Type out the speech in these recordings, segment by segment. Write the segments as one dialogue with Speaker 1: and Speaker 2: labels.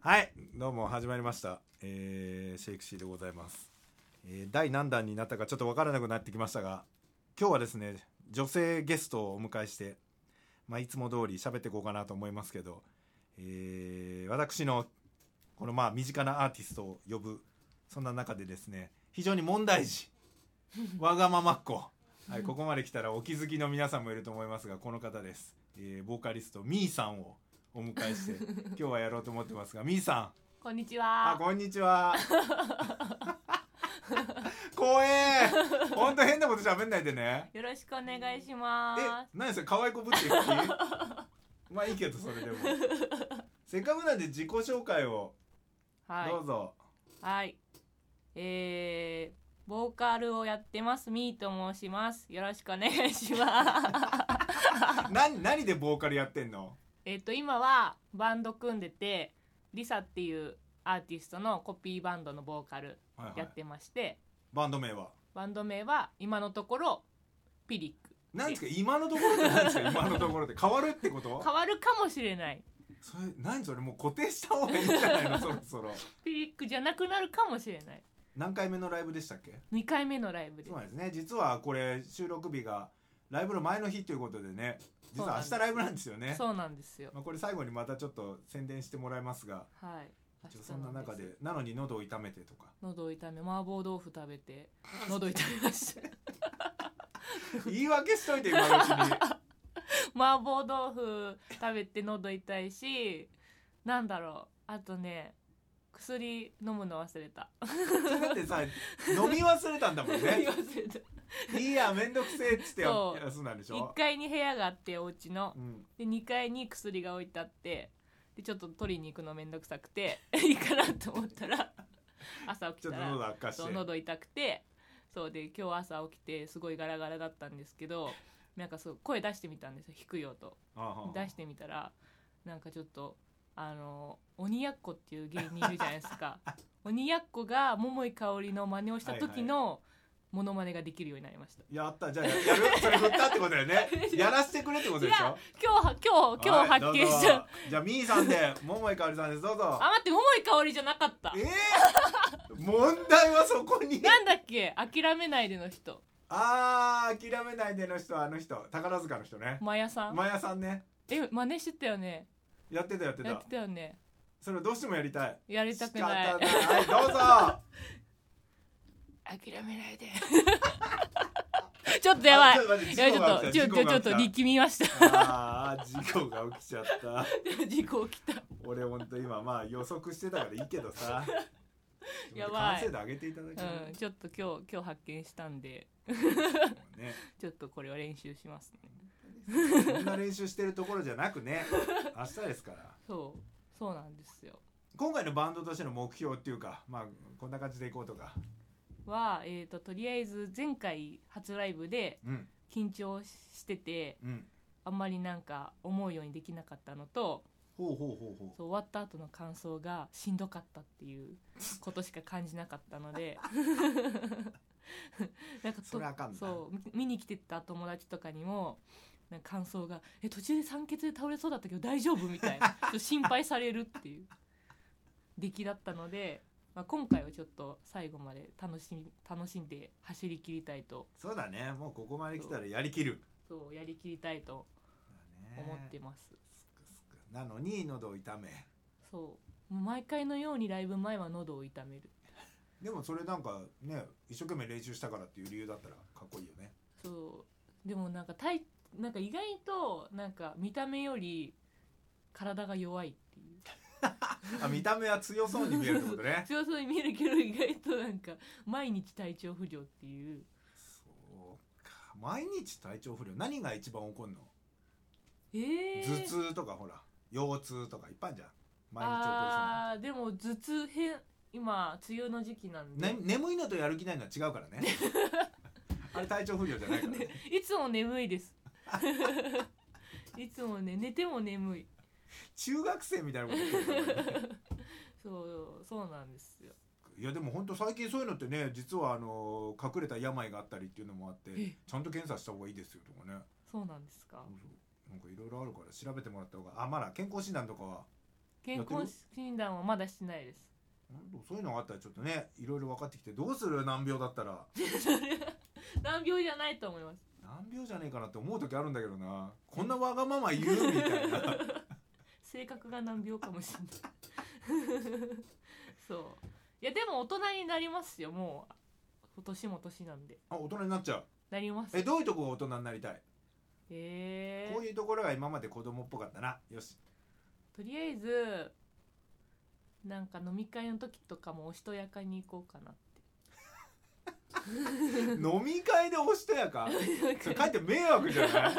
Speaker 1: はいどうも始まりました、えーシェイクシーでございます、えー第何弾になったかちょっと分からなくなってきましたが今日はですね女性ゲストをお迎えして、まあ、いつも通り喋っていこうかなと思いますけど、えー私のこのまあ身近なアーティストを呼ぶそんな中でですね非常に問題児わがままっ子、はい、ここまで来たらお気づきの皆さんもいると思いますがこの方です、えーボーカリストみーさんをお迎え して今日はやろうと思ってますがみーさん
Speaker 2: こんにち
Speaker 1: あ
Speaker 2: は。
Speaker 1: こんにちは怖えほんと変なこと喋んないでね
Speaker 2: よろしくお願いし
Speaker 1: え
Speaker 2: ま
Speaker 1: 何それ可愛い子ぶって好きまあいいけどそれでもせっかくなんで自己紹介を
Speaker 2: す。は
Speaker 1: どうぞ、
Speaker 2: い。はい。えー、ボーカルをやってます。みーと申します。よろしくお願い します。
Speaker 1: 何何でボーカルやってんの
Speaker 2: えっと、今はバンド組んでて、リサっていうアーティストのコピーバンドのボーカル
Speaker 1: はいはい
Speaker 2: やってまして、
Speaker 1: バンド名は
Speaker 2: バンド名は今のところ、ピリック。
Speaker 1: 何ですか今のところって何ですか今のところって変わるってこと
Speaker 2: 変わるかもしれない。
Speaker 1: それ何それもう固定した方がいいんじゃないのそろそろ
Speaker 2: ピリックじゃなくなるかもしれない。
Speaker 1: 何回目のライブでしたっけ
Speaker 2: 2回目のライブで
Speaker 1: そう。なんですね実はこれ収録日がライブの前の日ということでね実は明
Speaker 2: そう
Speaker 1: 日ラ
Speaker 2: なんです
Speaker 1: イブなんですよね
Speaker 2: そうなんですよ。
Speaker 1: まあ、これ最後にまたちょっと宣伝してもらいますが
Speaker 2: はい。
Speaker 1: 一応そんな中
Speaker 2: 明日
Speaker 1: でなのに喉を痛めてとか
Speaker 2: 喉痛め麻婆豆腐食べて喉痛めま した
Speaker 1: 言い訳しといて今のうちに
Speaker 2: 麻婆豆腐食べて喉痛いしなんだろうあとね薬飲むの忘れた
Speaker 1: それだってさ飲み忘れたんだもん
Speaker 2: 忘
Speaker 1: ね
Speaker 2: れた
Speaker 1: いいやめんどくせえっつってや
Speaker 2: そう
Speaker 1: 休んだんでし
Speaker 2: 1
Speaker 1: ょ、
Speaker 2: 階に部屋があってお家の
Speaker 1: うん、
Speaker 2: で2階に薬が置いてあってでちょっと取りに行くのめんどくさくて いいかなと思ったら 朝起
Speaker 1: ち
Speaker 2: き
Speaker 1: ょったと
Speaker 2: ら
Speaker 1: 喉悪化して
Speaker 2: そう喉痛くてそうで今日朝起きてすごいガラガラだったんですけどなんかそう声出してみたんですよ低い音
Speaker 1: ああああ
Speaker 2: 出してみたらなんかちょっとあの鬼やっこっていう芸人いるじゃないです か鬼やっこが桃井かおりの真似をした時のモノマネができるようになりました、
Speaker 1: やったじゃあややるそれ振ったってことだよ ねやらせてくれってことでし
Speaker 2: い
Speaker 1: ょ
Speaker 2: や今日は今日今日発見し
Speaker 1: はいどう
Speaker 2: た、
Speaker 1: ぞじゃあみーさんで桃井かおりさんですどうぞ
Speaker 2: あ待って桃井かおりじゃなかった
Speaker 1: ええ問題はそこに
Speaker 2: なんだっけ諦めないでの人
Speaker 1: あー諦めないでの人はあの人宝塚の人ね
Speaker 2: マヤさん、
Speaker 1: マヤさんね
Speaker 2: え真似してたよね
Speaker 1: やってたやって
Speaker 2: や
Speaker 1: た
Speaker 2: ってたよね
Speaker 1: それをどうしてもやりたい
Speaker 2: やりたくな
Speaker 1: 仕
Speaker 2: い
Speaker 1: 方はいどうぞ
Speaker 2: 諦めないで ちょっと やば
Speaker 1: あ
Speaker 2: い
Speaker 1: ちょっと待って
Speaker 2: いやちょっとち
Speaker 1: 事
Speaker 2: ょっ
Speaker 1: 故
Speaker 2: と
Speaker 1: が
Speaker 2: ち
Speaker 1: 起きた
Speaker 2: ょっと力みました
Speaker 1: あー事故が起きちゃった
Speaker 2: 事故起きた
Speaker 1: 俺ほんと今まあ予測してたからいいけどさ
Speaker 2: やば
Speaker 1: 完
Speaker 2: い
Speaker 1: 成度上げていただきたい
Speaker 2: うん、ちょっと今日今日発見したんで
Speaker 1: ね
Speaker 2: ちょっとこれを練習しますね
Speaker 1: そんな練習してるところじゃなくね明日ですから
Speaker 2: そうそうなんですよ
Speaker 1: 今回のバンドとしての目標っていうかまあこんな感じでいこうとか
Speaker 2: は、えー、ととりあえず前回初ライブで
Speaker 1: うん
Speaker 2: 緊張してて
Speaker 1: うん
Speaker 2: あんまりなんか思うようにできなかったのと
Speaker 1: ほうほうほうほう
Speaker 2: そう終わった後の感想がしんどかったっていうことしか感じなかったので なんかと
Speaker 1: それあかんな
Speaker 2: そうみ見に来てた友達とかにもなんか感想が「え途中で酸欠で倒れそうだったけど大丈夫?」み たいなちょっと心配されるっていう出来だったので、まあ、今回はちょっと最後まで楽しみ楽しんで走り切りたいと
Speaker 1: そうだねもうここまで来たらやりきる
Speaker 2: そうやりきりたいと思ってます。
Speaker 1: すくすくなのに喉を痛め
Speaker 2: そうもう毎回のようにライブ前は喉を痛める
Speaker 1: でもそれなんかね一生懸命練習したからっていう理由だったらかっこいいよね
Speaker 2: そうでもなんか体なんか意外となんか見た目より体が弱いっていう
Speaker 1: あ見た目は強そうに見えるってこと ね
Speaker 2: 強そうに見えるけど意外となんか毎日体調不良っていう
Speaker 1: そうか毎日体調不良何が一番起こるの、
Speaker 2: えー、
Speaker 1: 頭痛とかほら腰痛とかいっぱいあるじゃん毎日起こ
Speaker 2: あーでも頭痛変今梅雨の時期なん
Speaker 1: る
Speaker 2: で、
Speaker 1: ね眠いのとやる気ないのは違うから ねあれ体調不良じゃないからね
Speaker 2: いつも眠いですいつもね寝ても眠い
Speaker 1: 中学生みたいなこと言ってるからね
Speaker 2: そうそうなんですよ
Speaker 1: いやでも本当最近そういうのってね実はあの隠れた病があったりっていうのもあって
Speaker 2: え
Speaker 1: ちゃんと検査した方がいいですよとかね
Speaker 2: そうなんですか
Speaker 1: そうそうなんかいろいろあるから調べてもらった方があまだ健康診断とかは
Speaker 2: 健康診断はまだしてないです
Speaker 1: 本当そういうのがあったらちょっとねいろいろ分かってきてどうする難病だったら
Speaker 2: それは難病じゃないと思います
Speaker 1: 難病じゃねえかなって思う時あるんだけどなこんなわがまま言うみたいな
Speaker 2: 性格が難病かもしれない そういやでも大人になりますよもう今年も年なんで
Speaker 1: あ大人になっちゃう
Speaker 2: なります
Speaker 1: えどういうとこが大人になりたい
Speaker 2: えー
Speaker 1: こういうところが今まで子供っぽかったなよし
Speaker 2: とりあえずなんか飲み会の時とかもおしとやかに行こうかなっ
Speaker 1: 飲み会でおしとや かそれ
Speaker 2: て
Speaker 1: かえって迷惑じゃない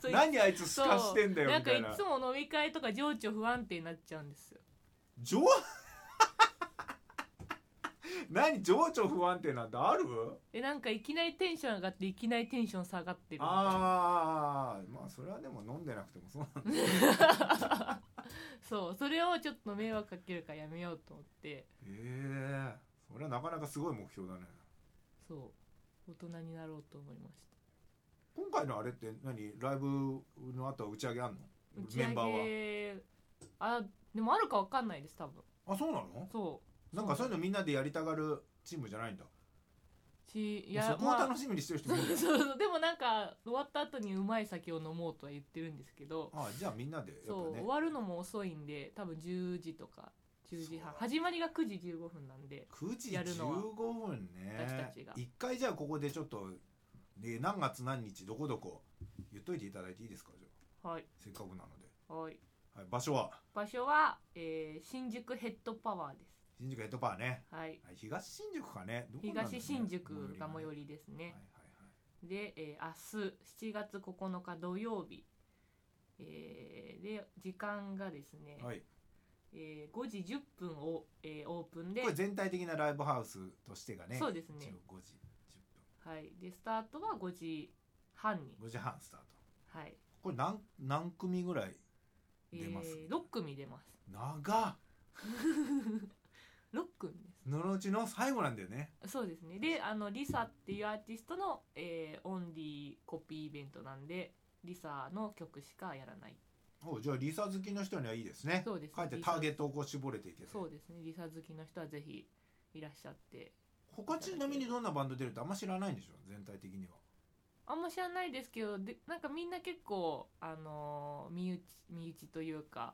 Speaker 2: そう
Speaker 1: 何あいつすかしてんだよ
Speaker 2: な
Speaker 1: み
Speaker 2: ん
Speaker 1: た
Speaker 2: か
Speaker 1: い
Speaker 2: い
Speaker 1: な
Speaker 2: つも飲み会とか情緒不安定になっちゃうんですよ
Speaker 1: 情 何情緒不安定なんてある
Speaker 2: えなんかいきなりテンション上がっていきなりテンション下がってるみたいな
Speaker 1: ああまあそれはでも飲んでなくてもそう なんだ
Speaker 2: そうそれをちょっと迷惑かけるからやめようと思って
Speaker 1: ええそれはなかなかすごい目標だね
Speaker 2: そう大人になろうと思いました
Speaker 1: 今回のあれって何ライブの後は打ち上げあんの
Speaker 2: 打ち
Speaker 1: メンバ
Speaker 2: 上
Speaker 1: ー
Speaker 2: げあでもあるかわかんないです多分
Speaker 1: はあそうなの
Speaker 2: そう
Speaker 1: なんかそういうのみんなでやりたがるチームじゃないんだ
Speaker 2: ちい
Speaker 1: いや
Speaker 2: や
Speaker 1: そこを楽しみにしてる人もいるんだよ
Speaker 2: そうそうでもなんか終わった後にうまい酒を飲もうとは言ってるんですけど
Speaker 1: あじゃあみんなでやっぱ
Speaker 2: そう、
Speaker 1: ね
Speaker 2: 終わるのも遅いんで多分10時とか10時半
Speaker 1: そう
Speaker 2: 始まりが9時15分なんで
Speaker 1: 9時
Speaker 2: やるのは
Speaker 1: 15分
Speaker 2: 私
Speaker 1: ね
Speaker 2: たちが
Speaker 1: 一回じゃあここでちょっと、ね、何月何日どこどこ言っといていただいていいですかじゃあ
Speaker 2: はい
Speaker 1: せっかくなので、
Speaker 2: はい
Speaker 1: はい、場所は
Speaker 2: 場所は、えー新宿ヘッドパワーです
Speaker 1: 新宿ヘッドパーね、
Speaker 2: はい
Speaker 1: はい、東新宿かねどこなんだろうね
Speaker 2: 東新宿が最寄
Speaker 1: り
Speaker 2: りです
Speaker 1: がね
Speaker 2: ね
Speaker 1: はいはいはい
Speaker 2: で、えー明日7月9日土曜日、えーで時間がですね、
Speaker 1: はい、
Speaker 2: えー5時10分を、えーオープンで
Speaker 1: これ全体的なライブハウスとしてがね
Speaker 2: そうですね
Speaker 1: 一応5時
Speaker 2: はい、でスタートは5時半に
Speaker 1: 10、分5時半スタート
Speaker 2: はい
Speaker 1: これ何何組ぐらい
Speaker 2: え
Speaker 1: 出ます
Speaker 2: ー、6組出ます
Speaker 1: 長っ
Speaker 2: 6組で
Speaker 1: ののうちの最後なんだよね
Speaker 2: すそうですねであのリサっていうアーティストの、えーオンリーコピーイベントなんでリサの曲しかやらない
Speaker 1: おじゃあリサ好きの人にはいいですね
Speaker 2: そうです
Speaker 1: かえって
Speaker 2: リ
Speaker 1: タ
Speaker 2: サ
Speaker 1: ーゲットをこう絞れていけて
Speaker 2: そうですねリサ好きの人はぜひいらっしゃって
Speaker 1: 他ちなみにどんなバンド出るってあんま知らないんでしょ全体的には
Speaker 2: あんま知らないですけどでなんかみんな結構あのー身内身内というか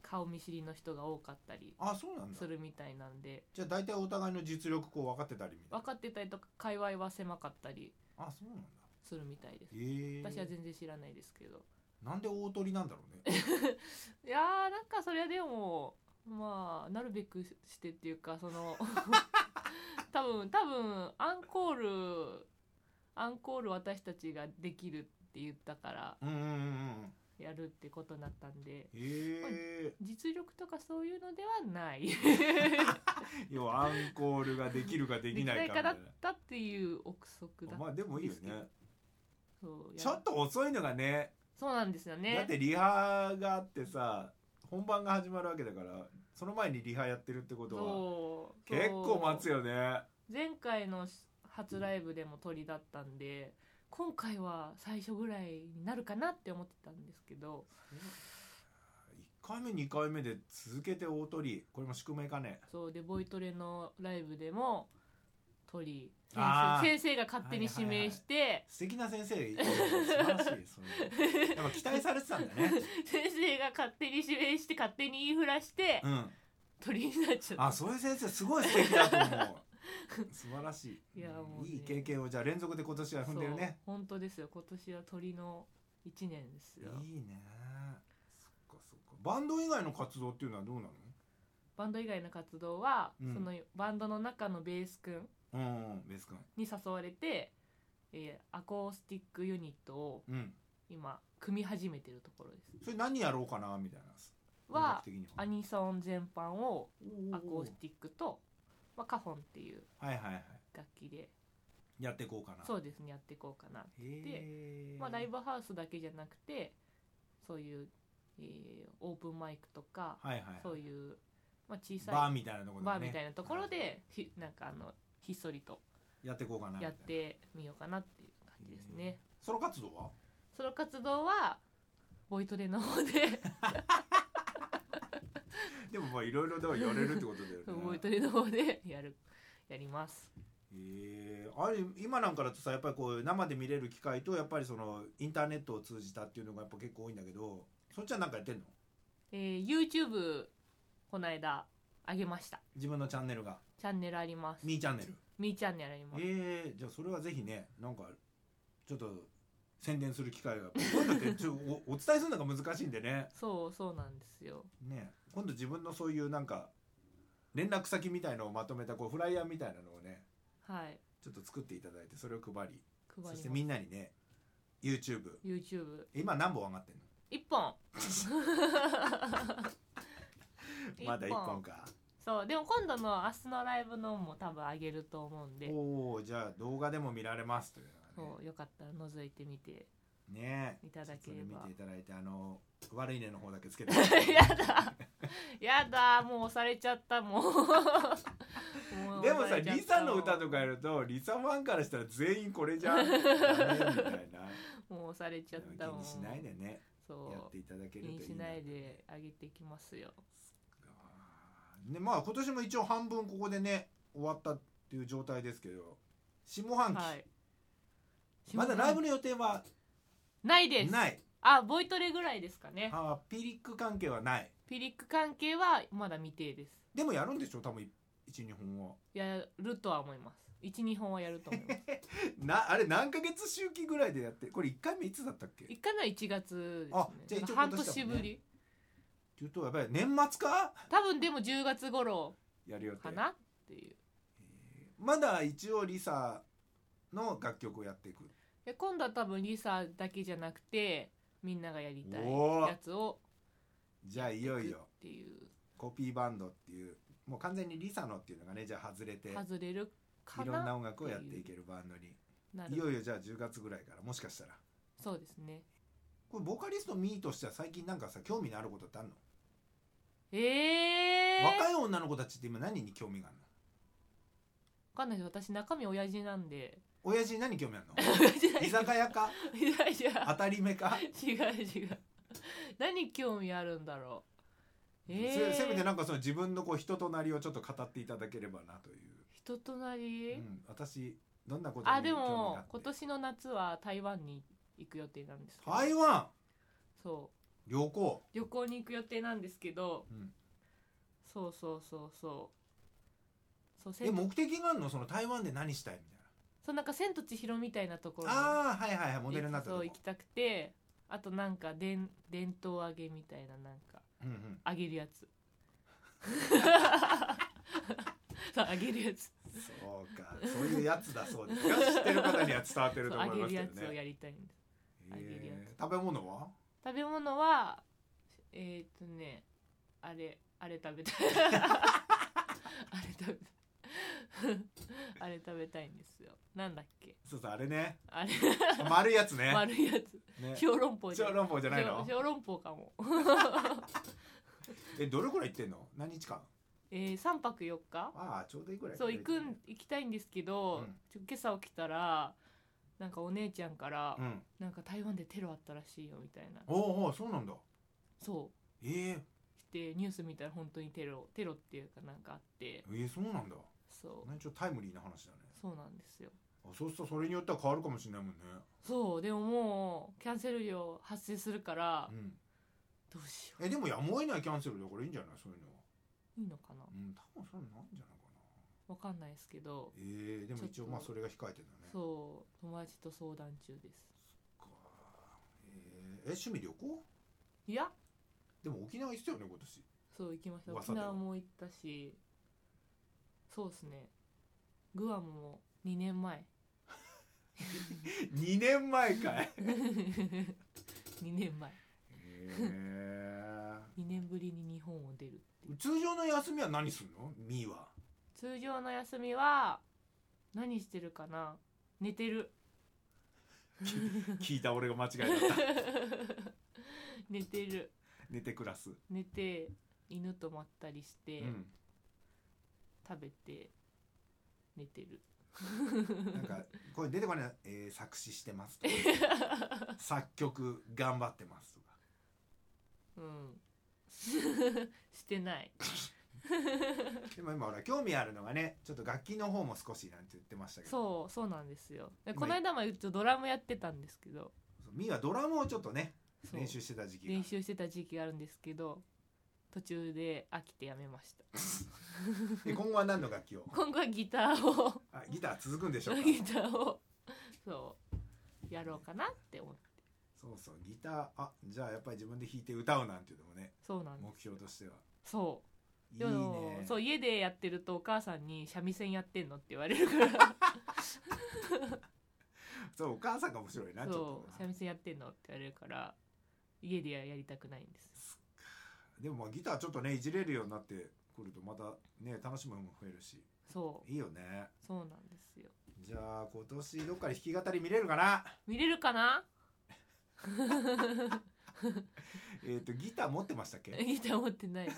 Speaker 2: 顔見知りの人が多かったり
Speaker 1: あそうなんだ
Speaker 2: するみたいなんで
Speaker 1: じゃあ大体お互いの実力こう分かってたりみたい
Speaker 2: 分かってたりとか界隈は狭かったり
Speaker 1: なあそうなんだ
Speaker 2: するみたいです
Speaker 1: へえ
Speaker 2: 私は全然知らないですけど
Speaker 1: なんで大鳥なんだろう ね
Speaker 2: いやーなんかそれはでもまあなるべくしてっていうかその多分多分アンコールアンコール私たちができるって言ったから
Speaker 1: うんうんうんうん
Speaker 2: やるってことになったんで
Speaker 1: へえ
Speaker 2: 実力とかそういうのではない
Speaker 1: 要はアンコールができるかで
Speaker 2: で
Speaker 1: き
Speaker 2: き
Speaker 1: な
Speaker 2: ないい
Speaker 1: か
Speaker 2: か
Speaker 1: みた
Speaker 2: だ
Speaker 1: い
Speaker 2: っ
Speaker 1: な
Speaker 2: たっていう憶測だ
Speaker 1: まあでもいいよね
Speaker 2: そうや
Speaker 1: ちょっと遅いのがね
Speaker 2: そうなんですよ
Speaker 1: だっ
Speaker 2: ね
Speaker 1: てリハがあってさ本番が始まるわけだからその前にリハやってるってことは
Speaker 2: そう
Speaker 1: 結構待つ
Speaker 2: よ
Speaker 1: よね
Speaker 2: 前回の初ライブでも鳥だったんで今回は最初ぐらいになるかなって思ってたんですけど
Speaker 1: 1回目2回目で続けて大鳥これも宿命かね
Speaker 2: そうでボイトレのライブでも鳥先
Speaker 1: あー
Speaker 2: 生先生が勝手に指名して、
Speaker 1: 素敵な先生素晴らしいそれやっぱ期待されてたんだね
Speaker 2: 先生が勝手に指名して勝手に言いふらして
Speaker 1: うん
Speaker 2: 鳥になっちゃった
Speaker 1: あそういう先生すごい素敵だと思う素晴らしい
Speaker 2: いやもうね
Speaker 1: いい経験をじゃあ連続で今年は踏んでるね
Speaker 2: そう本当ですよ今年は鳥の1年ですよ
Speaker 1: いいねそっかそっかバンド以外の活動っていうのはどうなの
Speaker 2: バンド以外の活動は、
Speaker 1: うん
Speaker 2: そのバンドの中のベースくん
Speaker 1: うんベース君
Speaker 2: に誘われて、えーアコースティックユニットを
Speaker 1: うん
Speaker 2: 今組み始めてるところです
Speaker 1: それ何やろうかなみたいな音
Speaker 2: は
Speaker 1: 楽的に
Speaker 2: アニソン全般を
Speaker 1: おー
Speaker 2: アコースティックと、まあ、カホンっていう
Speaker 1: はいはいはい
Speaker 2: 楽器で
Speaker 1: やっていこうかな
Speaker 2: そうですねやっていこうかな、
Speaker 1: へー
Speaker 2: まあ、ライブハウスだけじゃなくてそういう、えーオープンマイクとか、
Speaker 1: はいはい
Speaker 2: そういう、まあ、小さい
Speaker 1: バーみたいなところでね
Speaker 2: バーみたいなところで、ひなんかあのひっそりと
Speaker 1: やっていこうかなみたい
Speaker 2: や
Speaker 1: な
Speaker 2: ってみようかなっていう感じですね。
Speaker 1: ソロ活動は
Speaker 2: ソロ活動はボイトレの方で
Speaker 1: でもまあいろいろでは言われるってことだよね
Speaker 2: そうボイトレの方でやるやります
Speaker 1: えーあれ今なんかだとさやっぱりこう生で見れる機会とやっぱりそのインターネットを通じたっていうのがやっぱ結構多いんだけどそっちはなんかやってんの
Speaker 2: えー YouTube この間あげました
Speaker 1: 自分のチャンネルが
Speaker 2: チャンネルあります
Speaker 1: ミーチャンネル
Speaker 2: みーチャンネルあります
Speaker 1: えー、じゃあそれはぜひねなんかちょっと宣伝する機会が今度ってちょおお伝えするのが難しいんでね
Speaker 2: そうそうなんですよ
Speaker 1: ね今度自分のそういうなんか連絡先みたいのをまとめたこうフライヤーみたいなのをね
Speaker 2: はい
Speaker 1: ちょっと作っていただいてそれを配り
Speaker 2: 配りま
Speaker 1: そ
Speaker 2: す
Speaker 1: してみんなにね YouTube
Speaker 2: YouTube
Speaker 1: 今何本上がってんの
Speaker 2: 一本
Speaker 1: まだ1本か
Speaker 2: そうでも今度の明日のライブのも多分あげると思うんで
Speaker 1: おおじゃあ動画でも見られますというのが
Speaker 2: そうよかったら覗いてみて
Speaker 1: ねね
Speaker 2: いただけ
Speaker 1: それ
Speaker 2: れ
Speaker 1: 見
Speaker 2: ば
Speaker 1: ていただいてあの悪いねの方だけつ けて
Speaker 2: やだやだもう押されちゃった もうう
Speaker 1: でもさ
Speaker 2: 押れちゃった
Speaker 1: リサの歌とかやるとリサファンからしたら全員これじゃんダメみたい な
Speaker 2: もう押されちゃったも
Speaker 1: 気
Speaker 2: ん
Speaker 1: にしないでねや
Speaker 2: そ
Speaker 1: っ
Speaker 2: う
Speaker 1: ていただけ
Speaker 2: 気
Speaker 1: るといい
Speaker 2: にしないであげていきますよ
Speaker 1: ねまあ今年も一応半分ここでね終わったっていう状態ですけど下半期、
Speaker 2: はい
Speaker 1: まだライブの予定は
Speaker 2: ないです
Speaker 1: ない
Speaker 2: あボイトレぐらいですかね
Speaker 1: あーピリック関係はない
Speaker 2: ピリック関係はまだ未定です
Speaker 1: でもやるんでしょ多分12本は
Speaker 2: やるとは思います12本はやると思います
Speaker 1: なあれ何ヶ月周期ぐらいでやってこれ1回目いつだったっけって
Speaker 2: 一回目は1月
Speaker 1: あ
Speaker 2: で
Speaker 1: じ
Speaker 2: す
Speaker 1: ゃあ
Speaker 2: ね
Speaker 1: 一応今年だもん
Speaker 2: 半
Speaker 1: ね
Speaker 2: 年ぶり
Speaker 1: いうとやっぱり年末か
Speaker 2: 多分でも10月頃
Speaker 1: やる予定
Speaker 2: かなっていう
Speaker 1: まだ一応リサの楽曲をやっていく
Speaker 2: で今度は多分リサだけじゃなくてみんながやりたい
Speaker 1: おー
Speaker 2: やつを
Speaker 1: じゃあいよい
Speaker 2: やっ
Speaker 1: よ
Speaker 2: ていくっ
Speaker 1: コピーバンドっていうもう完全にリサのっていうのがねじゃあ外れて
Speaker 2: て
Speaker 1: い
Speaker 2: いう
Speaker 1: ろ
Speaker 2: 外れるか
Speaker 1: んな
Speaker 2: な
Speaker 1: 音楽をやっていけるバンドに
Speaker 2: ないる
Speaker 1: よいよじゃあ10月ぐらいからもしかしたら
Speaker 2: そうですね
Speaker 1: これボーカリストミーとしては最近なんかさ興味のあることってあるの、
Speaker 2: ええー、
Speaker 1: 若
Speaker 2: わ
Speaker 1: い女の子たちって今何に興味があるの
Speaker 2: かんないです私中身親父な んで
Speaker 1: 親父に何興味ある
Speaker 2: 親父
Speaker 1: の居酒屋か
Speaker 2: いやいや
Speaker 1: 当たり目か、
Speaker 2: 違う違う何興味あるんだろう
Speaker 1: せ
Speaker 2: え
Speaker 1: せめて
Speaker 2: ー、
Speaker 1: なんかその自分のこう人となりをちょっと語っていただければなという、
Speaker 2: 人とな
Speaker 1: う
Speaker 2: り、
Speaker 1: ん、私どんなことに
Speaker 2: あで
Speaker 1: 興味が
Speaker 2: も
Speaker 1: って
Speaker 2: 今年の夏は台湾に行く予定なんですけど
Speaker 1: 台湾
Speaker 2: そう
Speaker 1: 旅行、
Speaker 2: 旅行に行く予定なんですけど
Speaker 1: うん、
Speaker 2: そうそうそうそうそう
Speaker 1: え
Speaker 2: 千と
Speaker 1: 目的があるのその台湾で何したいみたい
Speaker 2: そうなんか「千と千尋」みたいなところに
Speaker 1: なああーはいはいはいモデルになったと
Speaker 2: そ
Speaker 1: こ
Speaker 2: う行きたくてあとなんか伝伝統揚げみたいななんか
Speaker 1: うんうん
Speaker 2: 揚げるやつそう揚げるやつ
Speaker 1: そうかそういうやつだそうですよ 知ってる方には伝わってる
Speaker 2: そ
Speaker 1: と
Speaker 2: う
Speaker 1: 思
Speaker 2: 揚
Speaker 1: い
Speaker 2: げ
Speaker 1: ますけど
Speaker 2: るやつを
Speaker 1: ね
Speaker 2: やりたいんです揚げるやつ
Speaker 1: えー食べ物は
Speaker 2: 食べ物はえっ、ー、とねあれあれ 食べたいあれ食べたいあれ食べたいんですよなんだっけ
Speaker 1: そうそうあれね
Speaker 2: あれ
Speaker 1: 丸いやつ ね
Speaker 2: 丸いやつ
Speaker 1: ね
Speaker 2: 小籠包じゃ
Speaker 1: 小
Speaker 2: ない
Speaker 1: 籠包じゃないの
Speaker 2: 小籠包かも
Speaker 1: えどれくらい行ってんの何日間
Speaker 2: えー、3泊4日
Speaker 1: ああちょうどいいくらい
Speaker 2: そう行くん行きたいんですけど、
Speaker 1: うん
Speaker 2: ちょ今朝起きたらなんかお姉ちゃんから、
Speaker 1: うん
Speaker 2: なんか台湾でテロあったらしいよみたいな
Speaker 1: おうおうそうなんだ
Speaker 2: そ
Speaker 1: ええ
Speaker 2: うしてニュース見たら本当にテロテロっていうかなんかあって
Speaker 1: ええそうなんだ
Speaker 2: そう
Speaker 1: 何ちょっとタイムリーな話だね
Speaker 2: そうなんですよ
Speaker 1: あそうするとそれによっては変わるかもしれないもんね
Speaker 2: そうでももうキャンセル料発生するから、
Speaker 1: うん
Speaker 2: どうしよ
Speaker 1: えでもやむを得ないキャンセルだからいいんじゃないそういうのは
Speaker 2: ういいのかな
Speaker 1: うん多分そういうのないんじゃないかな
Speaker 2: わかんないですけど
Speaker 1: ええでも一
Speaker 2: ちょ
Speaker 1: 応
Speaker 2: っと
Speaker 1: まあそれが控えてんだね
Speaker 2: そう友達と相談中です
Speaker 1: かえーえ趣味旅行
Speaker 2: いや
Speaker 1: でも沖縄行ってたよね今年
Speaker 2: そう行きました
Speaker 1: 噂
Speaker 2: 沖
Speaker 1: では
Speaker 2: 縄も行ったしそうですねグアムも2年前
Speaker 1: 2年 前か い
Speaker 2: 2年前
Speaker 1: ええ
Speaker 2: 2年ぶりに日本を出るっていう
Speaker 1: 通常の休みは何するのみーは
Speaker 2: 通常の休みは何してるかな寝てる
Speaker 1: 聞いた俺が間違いだった
Speaker 2: 寝てる
Speaker 1: 寝て暮らす、
Speaker 2: 寝て犬とまったりして、
Speaker 1: うん、
Speaker 2: 食べて寝てる
Speaker 1: なんかこれ出てこない、えー作詞してますとか 作曲頑張ってますとか
Speaker 2: うん ししてない
Speaker 1: でも今ほら興味あるのがねちょっと楽器の方も少しなんて言ってましたけど
Speaker 2: そうそうなんですよで
Speaker 1: 今
Speaker 2: この間までちょっとドラムやってたんですけど
Speaker 1: そうみーはドラムをちょっとね
Speaker 2: そう
Speaker 1: 練習してた時期が
Speaker 2: 練習してた時期があるんですけど途中で飽きてやめました
Speaker 1: で今後は何の楽器を
Speaker 2: 今後はギターを
Speaker 1: あギター続くんでしょうか
Speaker 2: ギターを そうやろうかなって思って
Speaker 1: そうそうギターあじゃあやっぱり自分で弾いて歌うなんていうのもね
Speaker 2: そうなんで
Speaker 1: 目標としては
Speaker 2: すそう
Speaker 1: いい
Speaker 2: でも
Speaker 1: ね
Speaker 2: そう家でやってるとお母さんに三味線やってんのって言われるか
Speaker 1: そうお母さんが面 白いなちょ
Speaker 2: ら
Speaker 1: っと
Speaker 2: そう三味線やってんのって言われるから家でややりたくないんです
Speaker 1: でもまあギターちょっとねいじれるようになってくるとまたね楽しむのも増えるし
Speaker 2: そう
Speaker 1: いいよね
Speaker 2: そうなんですよ
Speaker 1: じゃあ今年どっかで弾き語り見れるかな
Speaker 2: 見れるかな
Speaker 1: えっ、とギター持ってましたっけ
Speaker 2: ギター持ってないです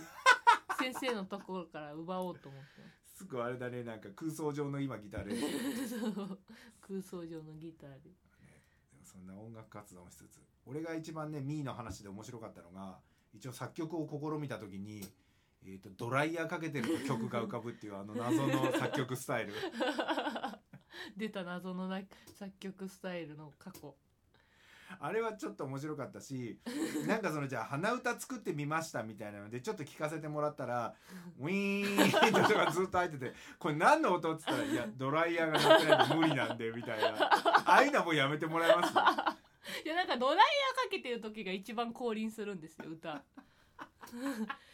Speaker 2: 先生のところから奪おうと思ってます
Speaker 1: すぐあれだねなんか空想上の今ギターで
Speaker 2: そう空想上のギターで
Speaker 1: そんな音楽活動もしつつ俺が一番ねミーの話で面白かったのが一応作曲を試みた時に、えー、とドライヤーかけてると曲が浮かぶっていうあの謎の作曲スタイル
Speaker 2: 出た謎のな作曲スタイルの過去
Speaker 1: あれはちょっと面白かったしなんかそのじゃあ鼻歌作ってみましたみたいなのでちょっと聞かせてもらったらウィーンって音がずっと入っててこれ何の音っつったら「いやドライヤーが鳴ってないと無理なんで」みたいなああいうのはもうやめてもらえます
Speaker 2: いやなんかドライヤーかけてる時が一番降臨するんですよ歌 い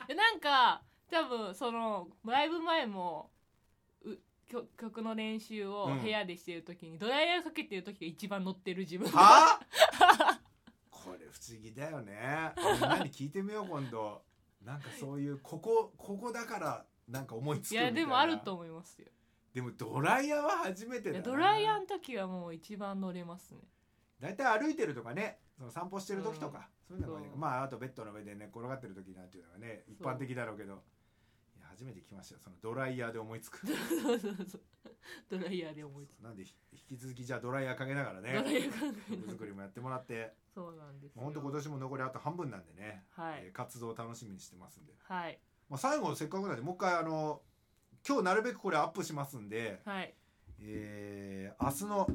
Speaker 2: やなんか多分そのライブ前もう曲曲の練習を
Speaker 1: うん
Speaker 2: 部屋でしてる時に、ドライヤーかけてる時が一番乗ってる自分
Speaker 1: はあこれ不思議だよねみんなに聞いてみよう今度なんかそういうここここだからなんか思いつく
Speaker 2: い
Speaker 1: みたい
Speaker 2: や
Speaker 1: な
Speaker 2: でもあると思いますよ
Speaker 1: でもドライヤーは初めて
Speaker 2: い
Speaker 1: だ
Speaker 2: や
Speaker 1: な
Speaker 2: ドライヤーの時はもう一番乗れま すね
Speaker 1: 大体歩いてるとかねその散歩してる時とか、そういうのがいい
Speaker 2: そう
Speaker 1: まああとベッドの上でね転がってる時なんていうのがね一般的だろうけどいや初めて聞きましたよそのドライヤーで思いつく
Speaker 2: そうそうそうドライヤーで 思いつ
Speaker 1: なんでひ引き続きじゃあドライヤーかけながら
Speaker 2: ドライ
Speaker 1: ね
Speaker 2: ヤーかけ
Speaker 1: 曲作りもやってもらって
Speaker 2: そうなんですよ
Speaker 1: 本当今年も残りあと半分なんでね、
Speaker 2: はい
Speaker 1: えー活動を楽しみにしてますんで
Speaker 2: はい
Speaker 1: まあ、最後せっかくなんでもう一回あの今日なるべくこれアップしますんで、
Speaker 2: はい
Speaker 1: えー明日の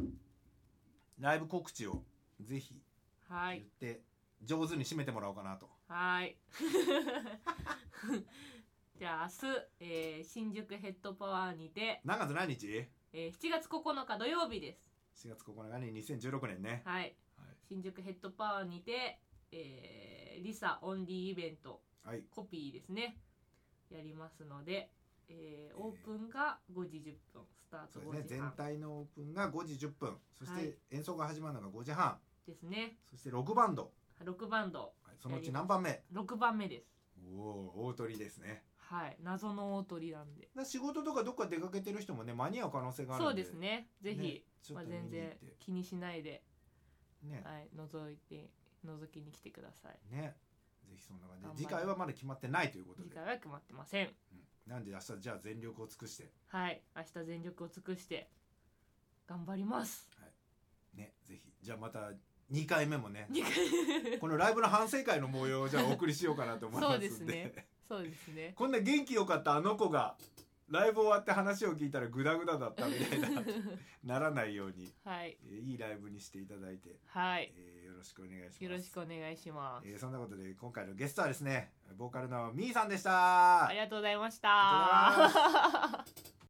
Speaker 1: ライブ告知をぜひ
Speaker 2: は
Speaker 1: 言っ
Speaker 2: い
Speaker 1: て、上手に締めてもらおうかなと
Speaker 2: はい じゃあ明日、えー新宿ヘッドパワーにて、
Speaker 1: 何月何日 ?4
Speaker 2: えー7月9日土曜日です
Speaker 1: 月9日に2016年ね、
Speaker 2: はい
Speaker 1: は
Speaker 2: 新宿ヘッドパワーにて、えーリサオンリーイベント
Speaker 1: いはい
Speaker 2: コピーですねやりますので、えーオープンが5時10分スター
Speaker 1: そ
Speaker 2: ト
Speaker 1: うですね
Speaker 2: 5時
Speaker 1: 全
Speaker 2: 半
Speaker 1: 体のオープンが5時10分そし
Speaker 2: は
Speaker 1: て
Speaker 2: い
Speaker 1: 演奏が始まるのが5時半、
Speaker 2: ですね
Speaker 1: そして6バンド
Speaker 2: 6バンド
Speaker 1: はいそのうち何番目
Speaker 2: 6番目です
Speaker 1: おお大鳥ですね
Speaker 2: はい謎の大鳥なんで
Speaker 1: だから仕事とかどっか出かけてる人もね間に合う可能性があるん
Speaker 2: そう
Speaker 1: で
Speaker 2: ですねぜひ、
Speaker 1: ねちょ
Speaker 2: ま
Speaker 1: っ
Speaker 2: あ、
Speaker 1: と見
Speaker 2: 全
Speaker 1: に行っ
Speaker 2: 然
Speaker 1: て
Speaker 2: 気にしないで、
Speaker 1: ね
Speaker 2: はい、覗いて覗きに来てください
Speaker 1: ねぜひそんな感じで
Speaker 2: 頑張る
Speaker 1: 次回はまだ決まってないということで
Speaker 2: 次、回は決まってません
Speaker 1: うんなんで明日じゃあ全力を尽くして
Speaker 2: はい明日全力を尽くして頑張 ります
Speaker 1: ねぜひじゃあまた2回目もね
Speaker 2: 次回
Speaker 1: このライブの反省会の模様をじゃあお送りしようかなと思いますんで
Speaker 2: そうですそうですね
Speaker 1: こんな元気よかったあの子がライブ終わって話を聞いたらグダグダだったみたいな ならないように、
Speaker 2: はい
Speaker 1: えーいいライブにしていただいて、
Speaker 2: はい
Speaker 1: えーよろしくお願いします
Speaker 2: よろしくお願いします、
Speaker 1: えーそんなことで今回のゲストはですねボーカルのみーさんでした
Speaker 2: ありがとうございまし
Speaker 1: ありがとうございます
Speaker 2: た